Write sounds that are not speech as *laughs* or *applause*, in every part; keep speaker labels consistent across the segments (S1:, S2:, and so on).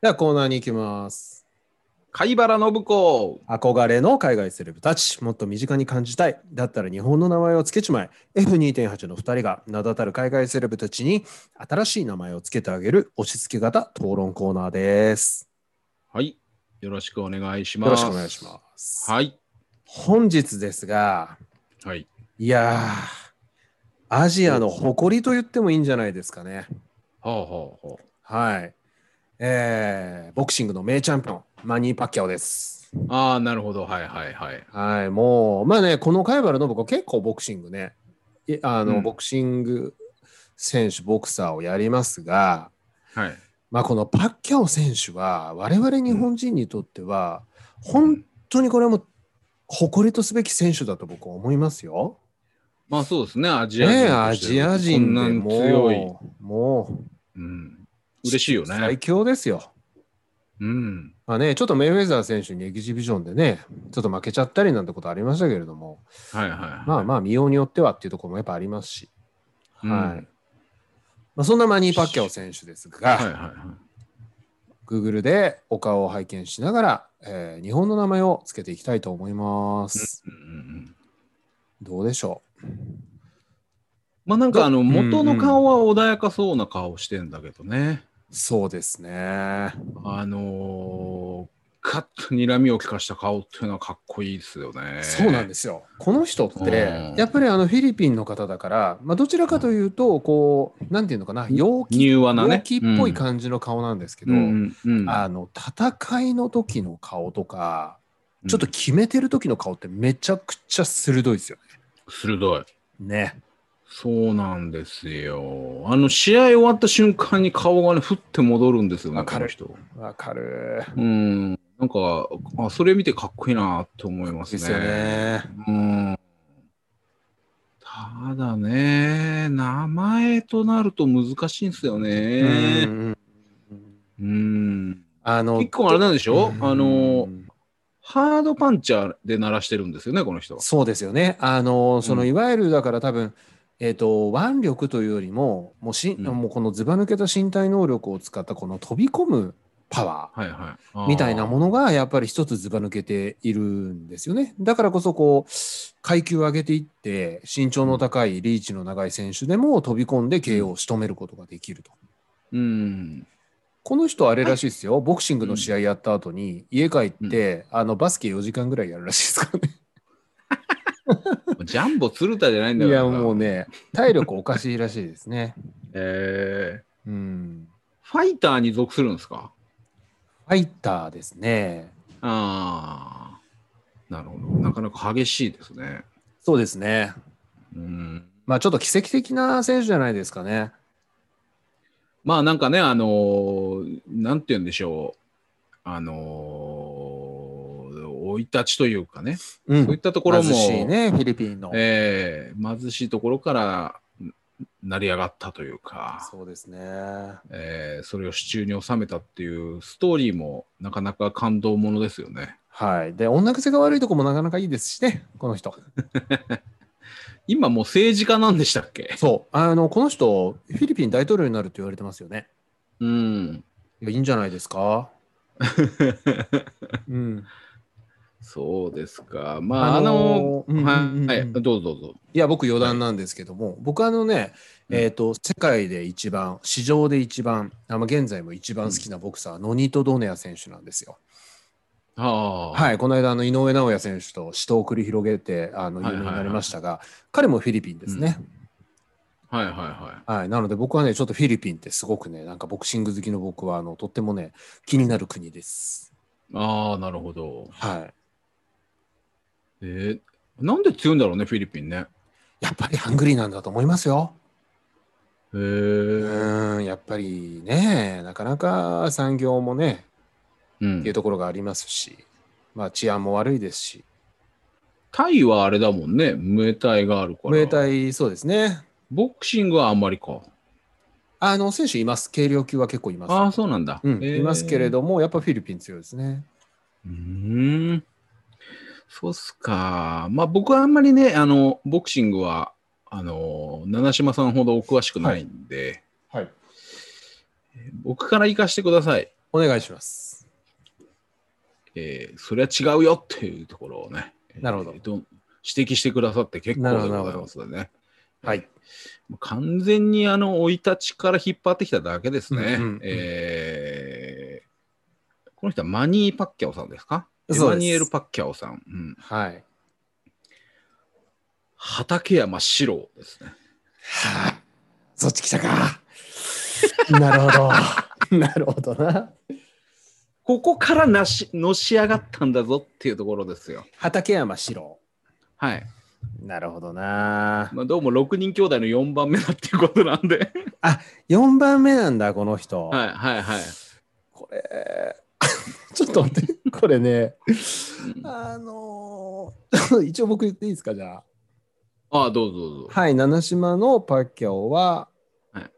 S1: ではコーナーに行きます。
S2: 貝原信子。
S1: 憧れの海外セレブたち、もっと身近に感じたい。だったら日本の名前をつけちまえ。F2.8 の2人が名だたる海外セレブたちに新しい名前をつけてあげる押し付け型討論コーナーです。
S2: はい。よろしくお願いします。
S1: よろしくお願いします。
S2: はい。
S1: 本日ですが、
S2: はい。
S1: いやー、アジアの誇りと言ってもいいんじゃないですかね。
S2: ほうほうほ
S1: はい。えー、ボクシングの名チャンピオン、マニー・パッキャオです。
S2: う。ああ、なるほど。はいはいはい。
S1: はい、もう、まあね、この貝原信子、結構ボクシングね、いあの、
S2: うん
S1: ボクシング選手、ボクサーをやりますが、
S2: はい。
S1: まあ、このパッキャオ選手は、我々日本人にとっては、本当にこれはもう誇りとすべき選手だと僕は思いますよ。
S2: まあそうですね。アジア人
S1: ね
S2: として
S1: え、
S2: は。
S1: アジア人
S2: こ
S1: で
S2: んな
S1: も
S2: に強い。
S1: う、もう、
S2: うん。嬉しいよね
S1: 最。強ですよ。
S2: うん。
S1: まあね、ちょっとメイウェザー選手にエキシビジョンでね、ちょっと負けちゃったりなんてことありましたけれども、
S2: はいはい。
S1: まあまあ、見ようによってはっていうところもやっぱありますし、
S2: うん
S1: はいまあ、そんなマニー・パッキャオ選手ですが、
S2: はいはいはい。
S1: Google でお顔を拝見しながら、えー日本の名前をつけていきたいと思います。
S2: うんうんうん
S1: どうでしょ
S2: まあなんかあの
S1: んうん
S2: 元の顔は穏やかそうな顔してんだけどね、
S1: うそうですね。
S2: あのー、カッと睨みを利かした顔っていうのはかっこいいですよね。
S1: そうなんですよ。この人っ
S2: う
S1: て
S2: ん、
S1: やっぱりあのフィリピンの方だから、まあ、どちらかというと、こう、なんていうのかな、陽気
S2: 柔和なね。
S1: 陽気っぽい感じの顔なんですけど、
S2: うんうんうん
S1: あの戦いの時の顔とか、ちょっと決めてる時の顔ってめちゃくちゃ鋭いですよ
S2: 鋭い。
S1: ね。ね。
S2: そうなんですよ。あの、試合終わった瞬間に顔がね、ふって戻るんですよね、
S1: わか
S2: こ
S1: る
S2: の人。
S1: わかる。
S2: うん。なんか、あ、それ見てかっこいいなって思います
S1: で
S2: ね。
S1: すよね。
S2: うん。ただね、名前となると難しいんですよ
S1: う
S2: ね。
S1: ん
S2: うん。
S1: あの
S2: 結構あれなんでしょあの
S1: う、ん
S2: ハードパンチャーで鳴らしてるんですよね、この人は。
S1: そうですよね。あのその
S2: うん
S1: いわゆるだから多分、えっと腕力というよりももうし、
S2: うん
S1: もうこのずば抜けた身体能力を使ったこの飛び込むパワー。
S2: はいはいあー。
S1: みたいなものがやっぱり一つずば抜けているんですよね。だからこそこう階級を上げていって身長の高いリーチの長い選手でも飛び込んで KO を仕留めることができると。
S2: うん。
S1: この人あれらしいですよ、ボクシングの試合やった後に家帰って、あのバスケ4時間ぐらいやるらしいですからね。
S2: ジャンボ鶴田じゃないんだ
S1: い
S2: から
S1: や
S2: な。
S1: もうね *laughs* 体力おかしいらしいですね。
S2: えー
S1: うん。
S2: ファイターに属するんですか
S1: ファイターですね。
S2: ああ。なるほど。なかなか激しいですね。
S1: そうですね。
S2: うん。
S1: まあちょっと奇跡的な選手じゃないですかね。
S2: まあなんかね、あのーなんて言うんでしょう。あのー生い立ちというかね、
S1: う
S2: そうい
S1: ん。
S2: ったところ
S1: 貧
S2: も、
S1: しいね、フィリピンの。
S2: えー貧しいところからん成り上がったというか、
S1: そうですね。
S2: えーそれを手中に収めたっていうストーリーもなかなか感動ものですよね。
S1: はい。で、女癖が悪いとこもなかなかいいですしね、この人。
S2: 今もう政治家なんでしたっけ
S1: そう。あの、この人、フィリピン大統領になるって言われてますよね。
S2: うん。
S1: いや、いいんじゃないです *laughs* か。うん。
S2: そうですか。まあ、あの
S1: のーうんうんうん
S2: はい、はい、どうぞどうぞ。
S1: いや、僕余談なんですけども、僕あのね、
S2: うん
S1: えっ、と、世界で一番、史上で一番、あまあ現在も一番好きなボクサー、ノニト・ドネア選手なんですよ。
S2: ああ、い。
S1: はい、この間、あの井上尚弥選手と死闘を繰り広げて、あの、有
S2: はいは
S1: 名
S2: いはい
S1: になりましたが、彼もフィリピンですね。
S2: はいはいは
S1: はい、なので僕はね、ちょっとフィリピンってすごくね、なんかボクシング好きの僕は、あの、とってもね、気になる国です。
S2: い。ああ、なるほど。
S1: はい。
S2: えー、なんで強いんだろうね、フィリピンね。
S1: やっぱりハングリーなんだと思いますよ。
S2: へ
S1: う
S2: え。
S1: ーん、やっぱりね、なかなか産業もね、
S2: う
S1: っ
S2: ん
S1: ていう。ところがありますし、まあ治安も悪いですし、
S2: タイはあれだもんね、ムエタイがあるから。
S1: ムエタ
S2: イ。
S1: イ、そうですね。
S2: ボクシングはあんまりか。
S1: あの、選手います。軽量級は結構います。
S2: ああ、そうなんだ。
S1: うん、
S2: へー
S1: いますけれ。ども、やっぱフィリピン強いですね。
S2: うーん。そうっすか。まあ、僕はあんまりね、あの、ボクシングは、あの、七島さんほどお詳しくないんで、
S1: はい。
S2: 僕から行かしてください。
S1: お願いします。
S2: えーそれは違うよっていうところをね、
S1: なるほど
S2: えー指摘してくださって結構で
S1: なるほ
S2: ご
S1: ど
S2: ざいますのでね。
S1: はい。
S2: 完全にあの生い立ちから引っ張ってきただけですね。
S1: うんうんうん
S2: えーこの人はマニー・パッキャオさんですか
S1: そうです
S2: エマニュエル・パッキャオさん。うん、
S1: はい。
S2: 畠山四郎ですね。
S1: はあ、そっち来たか。 *laughs* なるほど。 *laughs* なるほどな。
S2: ここからなしのし上がったんだぞっていうところですよ。
S1: 畠山四郎。
S2: はい。
S1: なるほどな。
S2: まあ、どうも6人兄弟の4番目だっていうことなん *laughs* で。
S1: 4番目なんだ、この人。
S2: はいはいはい。
S1: これ、ちょっと待って、これね、
S2: うんあ
S1: あのー *laughs* 一応僕言っていいですか、じゃあ。
S2: あ、どうぞどうぞ。
S1: はい、七島のパッキャオは、
S2: はい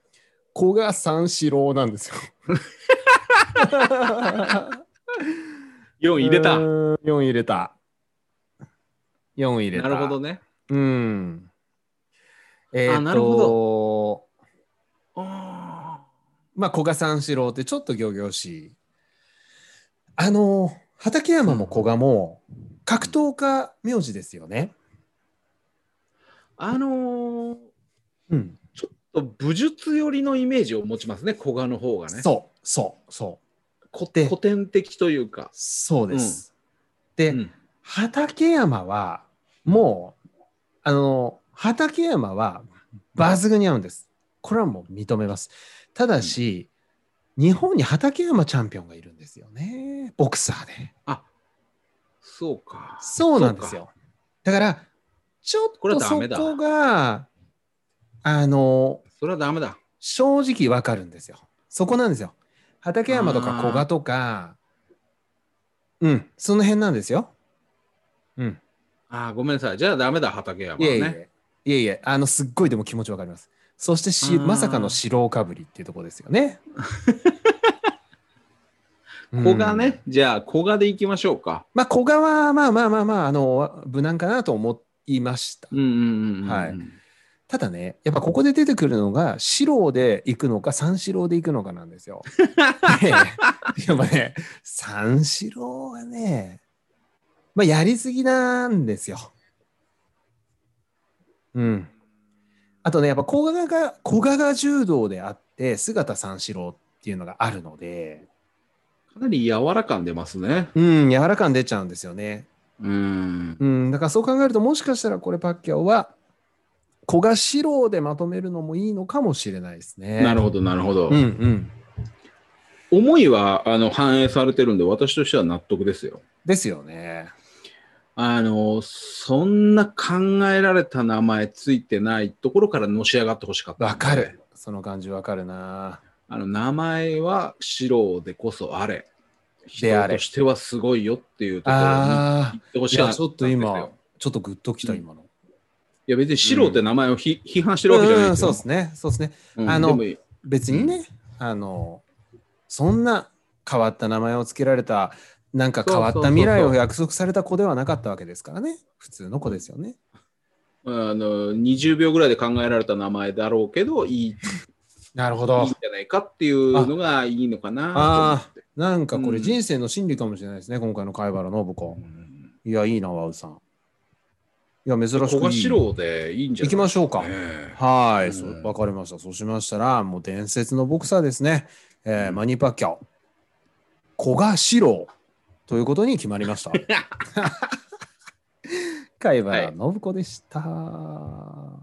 S1: 子が三四郎なんですよ。
S2: *laughs* 4位出た。
S1: うーん。4入れた。4入れた。
S2: なるほどね。
S1: うん。えー、
S2: な
S1: な
S2: る
S1: る
S2: ほ
S1: ほど。
S2: あ
S1: まあ、古賀三四郎ってちょっと仰々しい。あの、畠山も古賀も格闘家名字ですよね。
S2: ああのー
S1: うん。
S2: 武術寄りのイメージを持ちますね、古賀の方がね。
S1: そう、そう、そう。
S2: 古
S1: で
S2: 古典的というか。
S1: そうです。
S2: う
S1: で、
S2: ん、
S1: 畠山は、もう、あの、畠山は抜群に合うんです。これはもう認めます。ただし、日本に畠山チャンピオンがいるんですよね。ボクサーで。
S2: あそうか。
S1: そうなんですよ。だから、ちょっ
S2: これ
S1: と
S2: はダ
S1: そ
S2: メだ
S1: こが、あの、
S2: そうか。それはダメだ。
S1: 正直わかるんですよ。そこなんですよ。畠山と
S2: あ
S1: か
S2: ー
S1: 古賀とか、うん、その辺なんですよ。うん。
S2: あーごめんなさい。じゃあダメだ、畠山はい
S1: えい
S2: ね。
S1: え、いえいえ、あの、すっごいでも気持ちわかります。そしてし、
S2: あー
S1: まさかの白おかぶりっていうところですよ
S2: *laughs*
S1: ね。
S2: 古賀ね。じゃあ古賀でいきましょうか。
S1: まあ、古賀は、まあまあまあまあ、あの、無難かなと思いました。
S2: うんうんうんうん、
S1: はいただね、やっぱここで出てくるのが、四郎で行くのか、三四郎で行くのかなん
S2: *laughs*
S1: ですよ。でやっぱね、三四郎はね、まあ、やりすぎなんですよ。うん。あとね、やっぱ古賀が、古賀が柔道であって、姿三四郎っていうのがあるので、
S2: かなり柔らかんでますね。
S1: うん、柔らかん出ちゃうんですよね。
S2: うん。
S1: うん、だからそう考えると、もしかしたらこれ、パッキャオは、古賀四郎でまとめるのもいいのかもしれないですね。
S2: なるほど、なるほど。
S1: うんうん。
S2: 思いはあの反映されてるんで、私としては納得ですよ。
S1: ですよね。
S2: あの、そんな考えられた名前ついてないところからのし上がってほしかった。
S1: わかる。。その感じわかるな。
S2: あの、名前は四郎でこそあれ。人
S1: であれ
S2: としてはすごいよっていうところに行
S1: ああ、
S2: ってほし
S1: い
S2: かっ
S1: や、
S2: たん
S1: ち
S2: ですよ。
S1: ょっと今、ちょっとグッときた、
S2: うん
S1: 今の。
S2: いや別に四郎って名前をひ、批判してるわけじゃないんです
S1: そ
S2: よ。
S1: うですね。そうですね。
S2: うん
S1: あの
S2: でも
S1: 別にね、あの、そんな変わった名前を付けられた、なんか変わっ
S2: そうそう
S1: た
S2: そう
S1: 未来を約束された子ではなかったわけですからね。普通の子ですよね。
S2: あの20秒ぐらいで考えられた名前だろうけど、いいいいん
S1: なるほ
S2: じゃ。ないかっていうのがいいのかな
S1: ああ、なんかこ
S2: う
S1: れ
S2: ん
S1: 人生の真理かもしれないですね、今回の貝原信
S2: と
S1: 子
S2: 思っ。て。うん
S1: いや、いいな、ワウさん。いや、珍しくい
S2: 小
S1: い。
S2: 賀四郎でいいんじゃない
S1: 行きましょうか。は
S2: うん
S1: い、そうわかりました。そうしましたら、もう伝説のボクサーですね。えー
S2: うん
S1: マニーパッキャオ、古賀四郎ということに決まりま
S2: *laughs*
S1: した。貝原信子でした。